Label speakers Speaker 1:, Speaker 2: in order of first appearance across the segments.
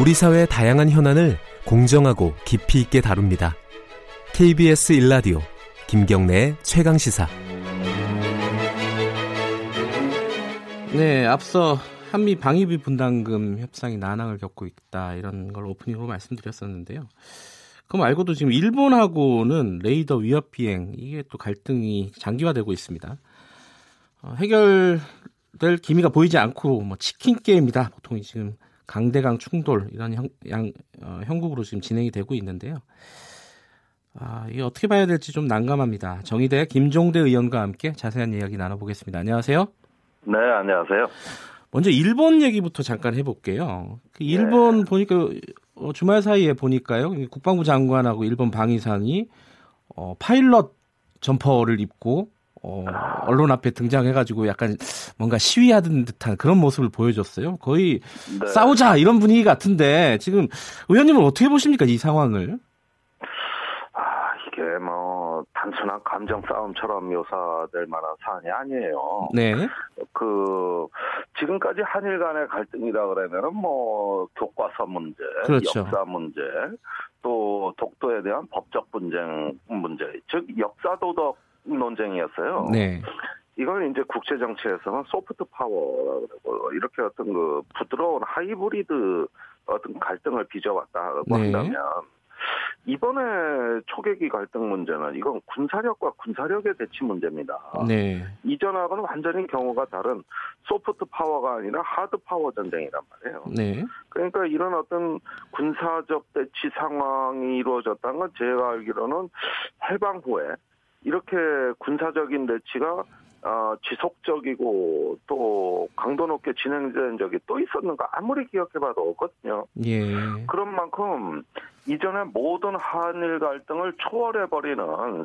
Speaker 1: 우리 사회의 다양한 현안을 공정하고 깊이 있게 다룹니다. KBS 일라디오 김경래의 최강 시사.
Speaker 2: 네, 앞서 한미 방위비 분담금 협상이 난항을 겪고 있다 이런 걸 오프닝으로 말씀드렸었는데요. 그 말고도 지금 일본하고는 레이더 위협 비행 이게 또 갈등이 장기화되고 있습니다. 어, 해결될 기미가 보이지 않고 뭐 치킨 게임이다 보통 지금 강대강 충돌 이런 형, 양, 어, 형국으로 지금 진행이 되고 있는데요. 아, 이게 어떻게 봐야 될지 좀 난감합니다. 정의대 김종대 의원과 함께 자세한 이야기 나눠보겠습니다. 안녕하세요.
Speaker 3: 네, 안녕하세요.
Speaker 2: 먼저 일본 얘기부터 잠깐 해볼게요. 그 일본
Speaker 3: 네.
Speaker 2: 보니까 어, 주말 사이에 보니까요. 이 국방부 장관하고 일본 방위상이 어, 파일럿 점퍼를 입고 어, 언론 앞에 등장해가지고 약간 뭔가 시위하던 듯한 그런 모습을 보여줬어요. 거의
Speaker 3: 네.
Speaker 2: 싸우자 이런 분위기 같은데 지금 의원님은 어떻게 보십니까 이 상황을?
Speaker 3: 아, 이게 뭐 단순한 감정 싸움처럼 묘사될 만한 사안이 아니에요.
Speaker 2: 네,
Speaker 3: 그 지금까지 한일 간의 갈등이라 그러면은 뭐 교과서 문제,
Speaker 2: 그렇죠.
Speaker 3: 역사 문제, 또 독도에 대한 법적 분쟁 문제, 즉 역사 도덕 논쟁이었어요.
Speaker 2: 네,
Speaker 3: 이걸 이제 국제 정치에서는 소프트 파워라고 그러고 이렇게 어떤 그 부드러운 하이브리드 어떤 갈등을 빚어왔다고
Speaker 2: 네.
Speaker 3: 한다면 이번에 초계기 갈등 문제는 이건 군사력과 군사력의 대치 문제입니다.
Speaker 2: 네.
Speaker 3: 이전하고는 완전히 경우가 다른 소프트 파워가 아니라 하드 파워 전쟁이란 말이에요.
Speaker 2: 네,
Speaker 3: 그러니까 이런 어떤 군사적 대치 상황이 이루어졌다는 건 제가 알기로는 해방 후에 이렇게 군사적인 대치가 어, 지속적이고 또 강도 높게 진행된 적이 또 있었는가 아무리 기억해봐도 없거든요.
Speaker 2: 예,
Speaker 3: 그런 만큼 이전에 모든 한일 갈등을 초월해버리는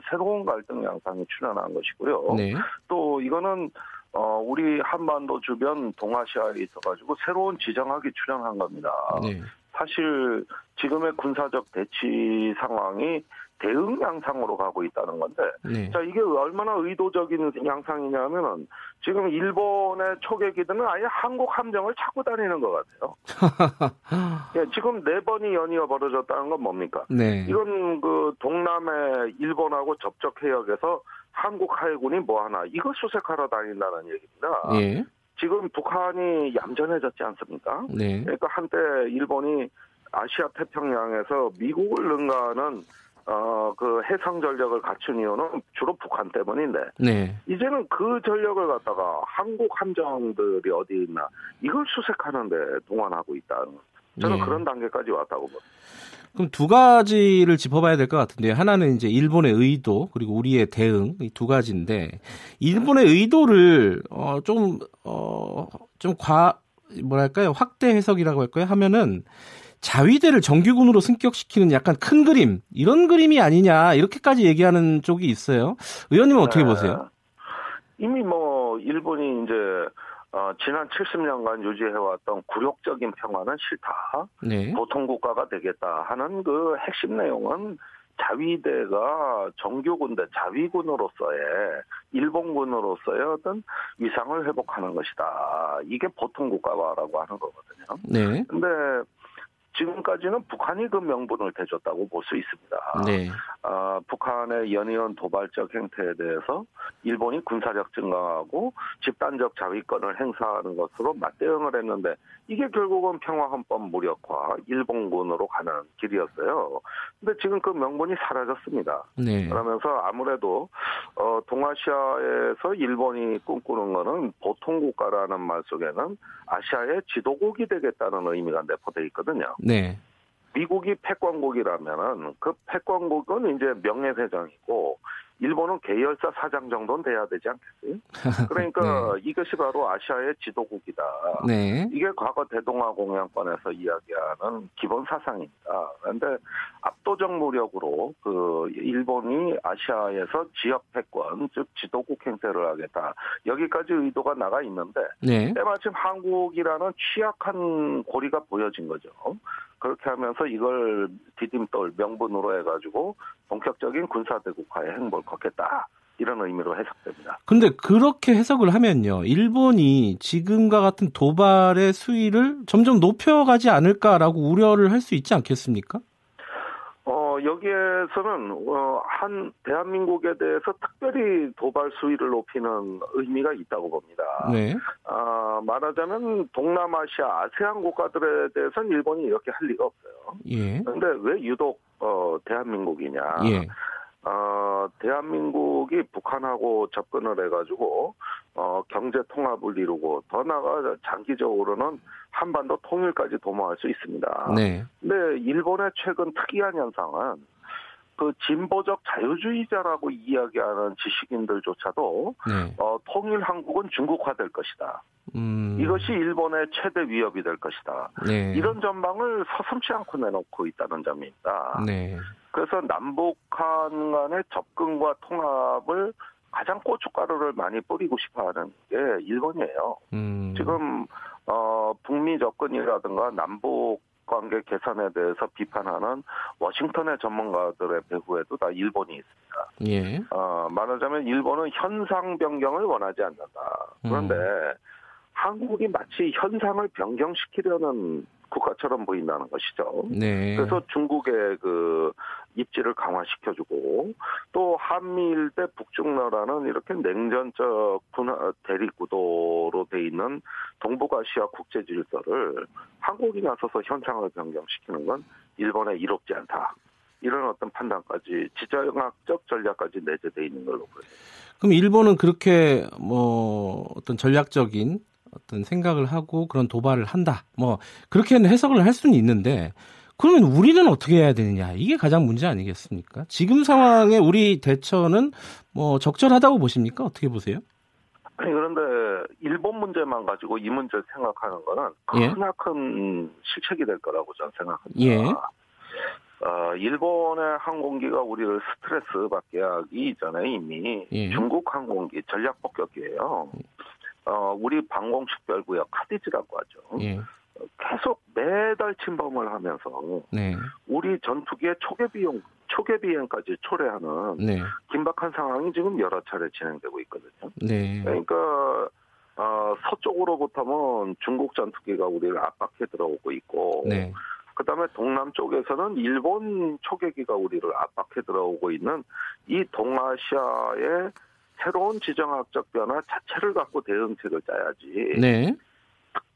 Speaker 3: 새로운 갈등 양상이 출현한 것이고요.
Speaker 2: 네,
Speaker 3: 또 이거는 어, 우리 한반도 주변 동아시아에 있어가지고 새로운 지정학이 출현한 겁니다.
Speaker 2: 네,
Speaker 3: 사실 지금의 군사적 대치 상황이 대응 양상으로 가고 있다는 건데
Speaker 2: 네,
Speaker 3: 자 이게 얼마나 의도적인 양상이냐면은 지금 일본의 초계기들은 아예 한국 함정을 찾고 다니는 것 같아요. 예, 지금 네 번이 연이어 벌어졌다는 건 뭡니까?
Speaker 2: 네,
Speaker 3: 이건 그 동남의 일본하고 접촉 해역에서 한국 해군이 뭐 하나 이거 수색하러 다닌다는 얘기입니다.
Speaker 2: 예,
Speaker 3: 지금 북한이 얌전해졌지 않습니까?
Speaker 2: 네,
Speaker 3: 그러니까 한때 일본이 아시아 태평양에서 미국을 능가하는 어 그 해상 전력을 갖춘 이유는 주로 북한 때문인데
Speaker 2: 네,
Speaker 3: 이제는 그 전력을 갖다가 한국 함정들이 어디 있나 이걸 수색하는데 동원하고 있다. 저는
Speaker 2: 예.
Speaker 3: 그런 단계까지 왔다고 봅니다.
Speaker 2: 그럼 두 가지를 짚어봐야 될 것 같은데요. 하나는 이제 일본의 의도 그리고 우리의 대응 이 두 가지인데 일본의 의도를 어, 어좀어좀과 뭐랄까요 확대 해석이라고 할까요 하면은 자위대를 정규군으로 승격시키는 약간 큰 그림 이런 그림이 아니냐 이렇게까지 얘기하는 쪽이 있어요. 의원님은 어떻게
Speaker 3: 네.
Speaker 2: 보세요?
Speaker 3: 이미 뭐 일본이 이제 어, 지난 70년간 유지해왔던 굴욕적인 평화는 싫다.
Speaker 2: 네,
Speaker 3: 보통 국가가 되겠다 하는 그 핵심 내용은 자위대가 정규군대 자위군으로서의 일본군으로서의 어떤 위상을 회복하는 것이다. 이게 보통 국가화라고 하는 거거든요.
Speaker 2: 네,
Speaker 3: 근데 지금까지는 북한이 그 명분을 대줬다고 볼 수 있습니다.
Speaker 2: 네,
Speaker 3: 아, 북한의 연이은 도발적 행태에 대해서 일본이 군사력 증강하고 집단적 자위권을 행사하는 것으로 맞대응을 했는데 이게 결국은 평화헌법 무력화, 일본군으로 가는 길이었어요. 근데 지금 그 명분이 사라졌습니다.
Speaker 2: 네,
Speaker 3: 그러면서 아무래도 어, 동아시아에서 일본이 꿈꾸는 거는 보통 국가라는 말 속에는 아시아의 지도국이 되겠다는 의미가 내포돼 있거든요.
Speaker 2: 네,
Speaker 3: 미국이 패권국이라면은 그 패권국은 이제 명예회장이고 일본은 계열사 사장 정도는 돼야 되지 않겠어요? 그러니까 이것이 바로 아시아의 지도국이다.
Speaker 2: 네,
Speaker 3: 이게 과거 대동아 공양권에서 이야기하는 기본 사상입니다. 그런데 압도적 무력으로 그 일본이 아시아에서 지역 패권, 즉 지도국 행태를 하겠다. 여기까지 의도가 나가 있는데
Speaker 2: 네,
Speaker 3: 때마침 한국이라는 취약한 고리가 보여진 거죠. 그렇게 하면서 이걸 디딤돌 명분으로 해가지고 본격적인 군사대국화의 행보를 걷겠다. 이런 의미로 해석됩니다.
Speaker 2: 근데 그렇게 해석을 하면요. 일본이 지금과 같은 도발의 수위를 점점 높여가지 않을까라고 우려를 할 수 있지 않겠습니까?
Speaker 3: 어, 여기에서는 어, 한 대한민국에 대해서 특별히 도발 수위를 높이는 의미가 있다고 봅니다.
Speaker 2: 네.
Speaker 3: 아, 말하자면 동남아시아 아세안 국가들에 대해서는 일본이 이렇게 할 리가 없어요.
Speaker 2: 예.
Speaker 3: 그런데 왜 유독 어, 대한민국이냐?
Speaker 2: 예.
Speaker 3: 어, 대한민국이 북한하고 접근을 해가지고 어, 경제 통합을 이루고 더 나아가 장기적으로는 한반도 통일까지 도모할 수 있습니다.
Speaker 2: 네.
Speaker 3: 근데 일본의 최근 특이한 현상은 그 진보적 자유주의자라고 이야기하는 지식인들조차도
Speaker 2: 네.
Speaker 3: 어, 통일 한국은 중국화될 것이다.
Speaker 2: 음.
Speaker 3: 이것이 일본의 최대 위협이 될 것이다.
Speaker 2: 네.
Speaker 3: 이런 전망을 서슴지 않고 내놓고 있다는 점입니다.
Speaker 2: 네.
Speaker 3: 그래서 남북한 간의 접근과 통합을 가장 고춧가루를 많이 뿌리고 싶어하는 게 일본이에요.
Speaker 2: 음.
Speaker 3: 지금 어, 북미 접근이라든가 남북 관계 개선에 대해서 비판하는 워싱턴의 전문가들의 배후에도 다 일본이 있습니다.
Speaker 2: 예.
Speaker 3: 어, 말하자면 일본은 현상 변경을 원하지 않는다. 그런데 한국이 마치 현상을 변경시키려는 국가처럼 보인다는 것이죠.
Speaker 2: 네.
Speaker 3: 그래서 중국의 그 입지를 강화시켜주고 또 한미일 대 북중러라는 이렇게 냉전적 분화 대립 구도로 돼 있는 동북아시아 국제 질서를 한국이 나서서 현상을 변경시키는 건 일본에 이롭지 않다. 이런 어떤 판단까지 지정학적 전략까지 내재돼 있는 걸로 보여요.
Speaker 2: 그럼 일본은 그렇게 뭐 어떤 전략적인 어떤 생각을 하고 그런 도발을 한다. 뭐 그렇게는 해석을 할 수는 있는데 그러면 우리는 어떻게 해야 되느냐 이게 가장 문제 아니겠습니까? 지금 상황에 우리 대처는 뭐 적절하다고 보십니까? 어떻게 보세요?
Speaker 3: 아니, 그런데 일본 문제만 가지고 이 문제를 생각하는 거는
Speaker 2: 예.
Speaker 3: 크나큰 실책이 될 거라고 저는 생각합니다.
Speaker 2: 예.
Speaker 3: 어, 일본의 항공기가 우리를 스트레스 받게 하기 이전에 이미
Speaker 2: 예.
Speaker 3: 중국 항공기 전략 폭격기예요. 어, 우리 방공식별구역 카디지라고 하죠.
Speaker 2: 예,
Speaker 3: 계속 매달 침범을 하면서
Speaker 2: 네,
Speaker 3: 우리 전투기의 초계 비용, 초계 비행까지 초래하는
Speaker 2: 네,
Speaker 3: 긴박한 상황이 지금 여러 차례 진행되고 있거든요.
Speaker 2: 네,
Speaker 3: 그러니까 어, 서쪽으로부터는 중국 전투기가 우리를 압박해 들어오고 있고
Speaker 2: 네,
Speaker 3: 그다음에 동남 쪽에서는 일본 초계기가 우리를 압박해 들어오고 있는 이 동아시아의 새로운 지정학적 변화 자체를 갖고 대응책을 짜야지
Speaker 2: 네.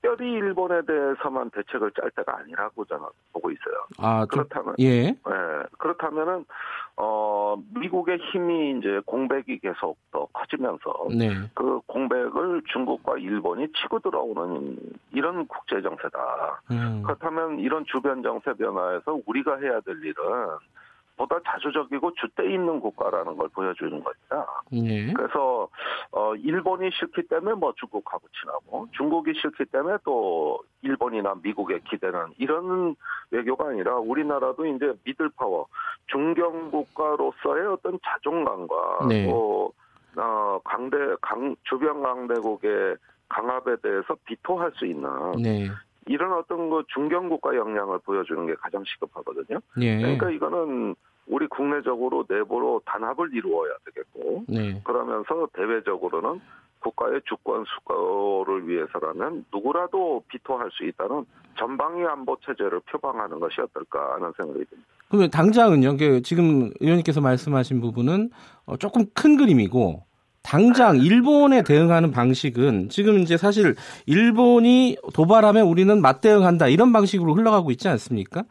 Speaker 3: 특별히 일본에 대해서만 대책을 짤 때가 아니라고 저는 보고 있어요.
Speaker 2: 아, 좀,
Speaker 3: 그렇다면
Speaker 2: 예,
Speaker 3: 예, 그렇다면은 어 미국의 힘이 이제 공백이 계속 더 커지면서
Speaker 2: 네,
Speaker 3: 그 공백을 중국과 일본이 치고 들어오는 이런 국제 정세다.
Speaker 2: 음,
Speaker 3: 그렇다면 이런 주변 정세 변화에서 우리가 해야 될 일은 보다 자주적이고 주대 있는 국가라는 걸 보여주는 겁니다.
Speaker 2: 예,
Speaker 3: 그래서 어, 일본이 싫기 때문에 뭐 중국하고 친하고 중국이 싫기 때문에 또 일본이나 미국에 기대는 이런 외교가 아니라 우리나라도 이제 미들 파워 중견 국가로서의 어떤 자존감과
Speaker 2: 네.
Speaker 3: 또 어, 강대 강 주변 강대국의 강압에 대해서 비토할 수 있는
Speaker 2: 네,
Speaker 3: 이런 어떤 거 중견국가 역량을 보여주는 게 가장 시급하거든요.
Speaker 2: 예,
Speaker 3: 그러니까 이거는 우리 국내적으로 내부로 단합을 이루어야 되겠고
Speaker 2: 네,
Speaker 3: 그러면서 대외적으로는 국가의 주권 수호를 위해서라면 누구라도 비토할 수 있다는 전방위 안보 체제를 표방하는 것이 어떨까 하는 생각이 듭니다.
Speaker 2: 그러면 당장은요. 이게 지금 의원님께서 말씀하신 부분은 어, 조금 큰 그림이고 당장 일본에 대응하는 방식은 지금 이제 사실 일본이 도발하면 우리는 맞대응한다 이런 방식으로 흘러가고 있지 않습니까?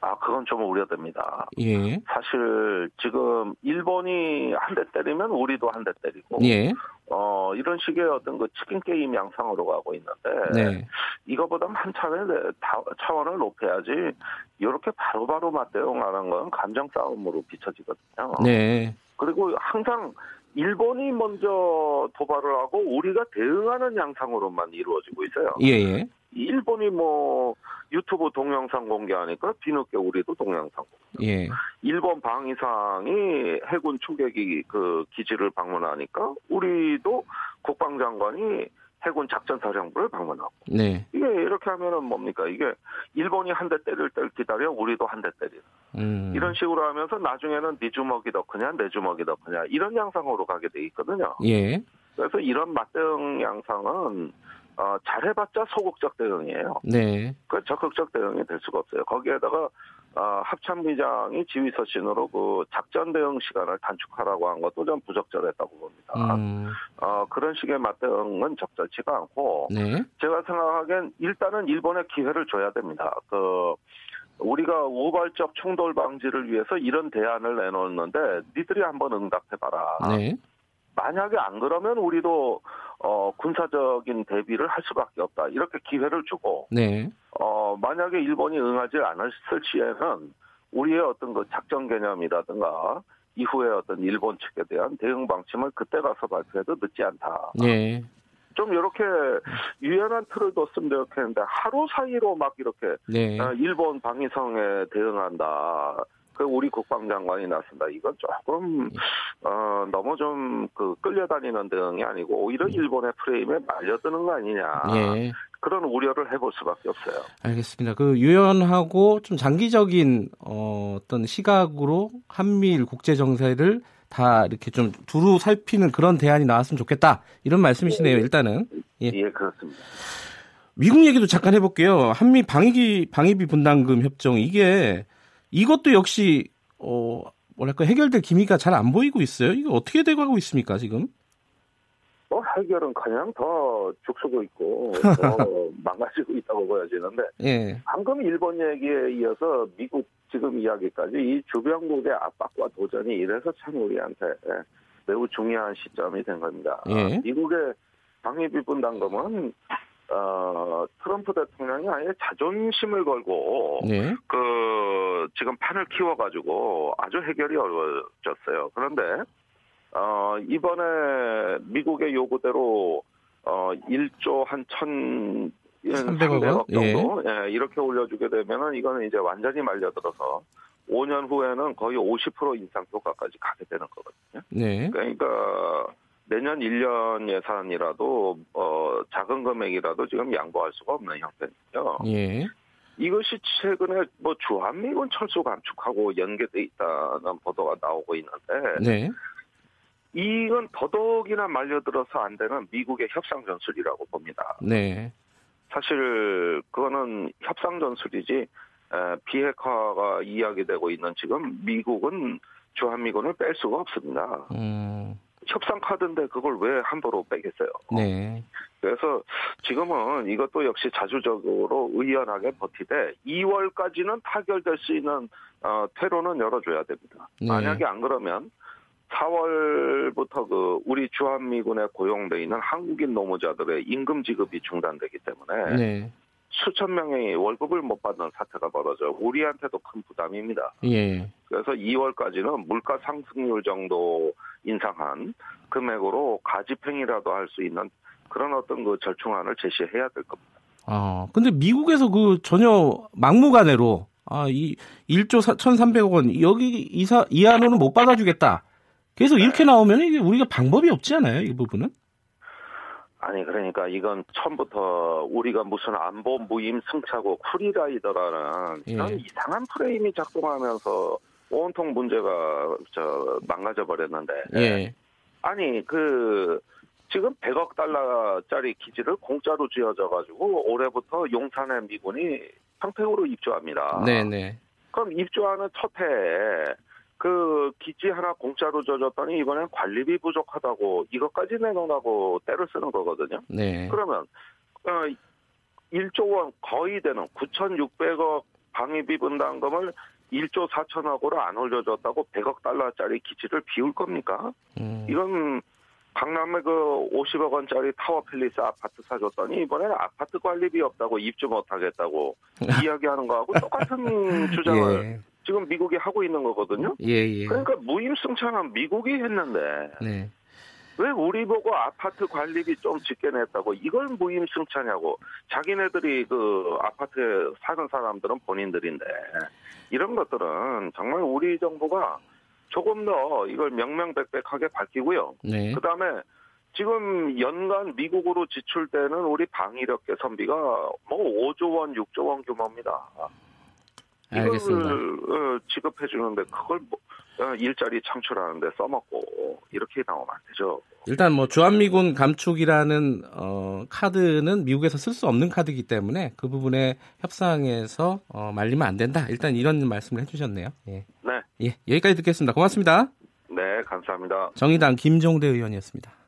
Speaker 3: 아 그건 좀 우려됩니다.
Speaker 2: 예,
Speaker 3: 사실 지금 일본이 한 대 때리면 우리도 한 대 때리고
Speaker 2: 예,
Speaker 3: 어 이런 식의 어떤 그 치킨 게임 양상으로 가고 있는데
Speaker 2: 네,
Speaker 3: 이거보다 한 차원 차원을 높여야지 이렇게 바로바로 맞대응하는 건 감정 싸움으로 비춰지거든요.
Speaker 2: 네,
Speaker 3: 그리고 항상 일본이 먼저 도발을 하고 우리가 대응하는 양상으로만 이루어지고 있어요.
Speaker 2: 예, 예,
Speaker 3: 일본이 뭐 유튜브 동영상 공개하니까 뒤늦게 우리도 동영상. 공개.
Speaker 2: 예,
Speaker 3: 일본 방위상이 해군 초계기 그 기지를 방문하니까 우리도 국방장관이 해군 작전사령부를 방문하고
Speaker 2: 네.
Speaker 3: 이게 이렇게 하면은 뭡니까 이게 일본이 한 대 때릴 때를 기다려 우리도 한 대 때리
Speaker 2: 음.
Speaker 3: 이런 식으로 하면서 나중에는 네 주먹이 더 크냐 내 주먹이 더 크냐 이런 양상으로 가게 돼 있거든요.
Speaker 2: 예.
Speaker 3: 그래서 이런 맞대응 양상은 어, 잘해봤자 소극적 대응이에요.
Speaker 2: 네.
Speaker 3: 그 적극적 대응이 될 수가 없어요. 거기에다가 어, 합참의장이 지휘서신으로 그 작전 대응 시간을 단축하라고 한 것도 좀 부적절했다고 봅니다.
Speaker 2: 음.
Speaker 3: 어, 그런 식의 맞대응은 적절치가 않고
Speaker 2: 네.
Speaker 3: 제가 생각하기엔 일단은 일본에 기회를 줘야 됩니다. 그 우리가 우발적 충돌 방지를 위해서 이런 대안을 내놓는데 니들이 한번 응답해봐라.
Speaker 2: 네.
Speaker 3: 만약에 안 그러면 우리도 어, 군사적인 대비를 할 수밖에 없다. 이렇게 기회를 주고
Speaker 2: 네.
Speaker 3: 어, 만약에 일본이 응하지 않았을 시에는 우리의 어떤 그 작전 개념이라든가 이후에 어떤 일본 측에 대한 대응 방침을 그때 가서 발표해도 늦지 않다.
Speaker 2: 예.
Speaker 3: 좀 이렇게 유연한 틀을 뒀으면 좋겠는데 하루 사이로 막 이렇게
Speaker 2: 네.
Speaker 3: 어, 일본 방위성에 대응한다. 그 우리 국방장관이 나선다. 이건 조금 어, 너무 좀 그 끌려다니는 대응이 아니고 오히려 일본의 프레임에 말려드는 거 아니냐.
Speaker 2: 예.
Speaker 3: 그런 우려를 해볼 수밖에 없어요.
Speaker 2: 알겠습니다. 그 유연하고 좀 장기적인 어, 어떤 시각으로 한미일 국제 정세를 다 이렇게 좀 두루 살피는 그런 대안이 나왔으면 좋겠다 이런 말씀이시네요. 일단은 예.
Speaker 3: 예 그렇습니다.
Speaker 2: 미국 얘기도 잠깐 해볼게요. 한미 방위기 방위비 분담금 협정 이게 이것도 역시 어 뭐랄까 해결될 기미가 잘 안 보이고 있어요. 이거 어떻게 돼가고 있습니까 지금?
Speaker 3: 뭐 해결은 그냥 더 죽쓰고 있고 더 망가지고 있다고 보여지는데
Speaker 2: 예.
Speaker 3: 방금 일본 얘기에 이어서 미국 지금 이야기까지 이 주변국의 압박과 도전이 이래서 참 우리한테 예, 매우 중요한 시점이 된 겁니다.
Speaker 2: 예.
Speaker 3: 미국의 방위비 분담금은 어, 트럼프 대통령이 아예 자존심을 걸고
Speaker 2: 네.
Speaker 3: 그 지금 판을 키워가지고 아주 해결이 어려졌어요. 그런데 어, 이번에 미국의 요구대로 어, 1조 한 천.
Speaker 2: 300억
Speaker 3: 300억 정도 예, 이렇게 올려주게 되면은 이거는 이제 완전히 말려들어서 5년 후에는 거의 50% 인상 효과까지 가게 되는 거거든요.
Speaker 2: 네.
Speaker 3: 그러니까 내년 1년 예산이라도 어, 작은 금액이라도 지금 양보할 수가 없는 형태니까요.
Speaker 2: 예.
Speaker 3: 이것이 최근에 뭐 주한미군 철수 감축하고 연계돼 있다는 보도가 나오고 있는데
Speaker 2: 네.
Speaker 3: 이건 더더욱이나 말려들어서 안 되는 미국의 협상 전술이라고 봅니다.
Speaker 2: 네.
Speaker 3: 사실 그거는 협상 전술이지 에, 비핵화가 이야기되고 있는 지금 미국은 주한미군을 뺄 수가 없습니다.
Speaker 2: 음.
Speaker 3: 협상 카드인데 그걸 왜 함부로 빼겠어요?
Speaker 2: 네.
Speaker 3: 그래서 지금은 이것도 역시 자주적으로 의연하게 버티되 2월까지는 타결될 수 있는 어, 퇴로는 열어줘야 됩니다.
Speaker 2: 네.
Speaker 3: 만약에 안 그러면 4월부터 그 우리 주한미군에 고용돼 있는 한국인 노무자들의 임금 지급이 중단되기 때문에
Speaker 2: 네.
Speaker 3: 수천 명이 월급을 못 받는 사태가 벌어져 우리한테도 큰 부담입니다.
Speaker 2: 예.
Speaker 3: 그래서 2월까지는 물가 상승률 정도 인상한 금액으로 가집행이라도 할 수 있는 그런 어떤 그 절충안을 제시해야 될 겁니다.
Speaker 2: 아, 근데 미국에서 그 전혀 막무가내로 아, 이 1조 4,300억 원 여기 이사 이하로는 못 받아 주겠다. 계속 이렇게 나오면 이게 우리가 방법이 없지 않아요, 이 부분은?
Speaker 3: 아니 그러니까 이건 처음부터 우리가 무슨 안보 무임 승차고 쿨이라이더라는 이런
Speaker 2: 예.
Speaker 3: 이상한 프레임이 작동하면서 온통 문제가 저 망가져 버렸는데
Speaker 2: 예.
Speaker 3: 아니 그 지금 100억 달러짜리 기지를 공짜로 지어져 가지고 올해부터 용산의 미군이 평택으로 입주합니다.
Speaker 2: 네, 네.
Speaker 3: 그럼 입주하는 첫 해에 그 기지 하나 공짜로 줘줬더니 이번엔 관리비 부족하다고 이것까지 내놓으라고 때를 쓰는 거거든요.
Speaker 2: 네.
Speaker 3: 그러면 어, 1조 원 거의 되는 9,600억 방위비 분담금을 1조 4천억으로 안 올려줬다고 100억 달러짜리 기지를 비울 겁니까?
Speaker 2: 음.
Speaker 3: 이건 강남에 그 50억 원짜리 타워 필리스 아파트 사줬더니 이번에는 아파트 관리비 없다고 입주 못하겠다고 이야기하는 거하고 똑같은 주장을
Speaker 2: 예.
Speaker 3: 지금 미국이 하고 있는 거거든요.
Speaker 2: 예, 예.
Speaker 3: 그러니까 무임승차는 미국이 했는데
Speaker 2: 네.
Speaker 3: 왜 우리 보고 아파트 관리비 좀 짓게 냈다고 이걸 무임승차냐고 자기네들이 그 아파트에 사는 사람들은 본인들인데 이런 것들은 정말 우리 정부가 조금 더 이걸 명명백백하게 밝히고요.
Speaker 2: 네.
Speaker 3: 그 다음에 지금 연간 미국으로 지출되는 우리 방위력 개선비가 뭐 5조 원, 6조 원 규모입니다. 그러니까
Speaker 2: 알겠습니다.
Speaker 3: 이걸 어, 지급해 주는데 그걸 뭐, 어, 일자리 창출하는데 써먹고 이렇게 나오면 안 되죠.
Speaker 2: 일단 뭐 주한미군 감축이라는 어, 카드는 미국에서 쓸 수 없는 카드이기 때문에 그 부분에 협상에서 어, 말리면 안 된다. 일단 이런 말씀을 해주셨네요. 예.
Speaker 3: 네,
Speaker 2: 예, 여기까지 듣겠습니다. 고맙습니다.
Speaker 3: 네 감사합니다.
Speaker 2: 정의당 김종대 의원이었습니다.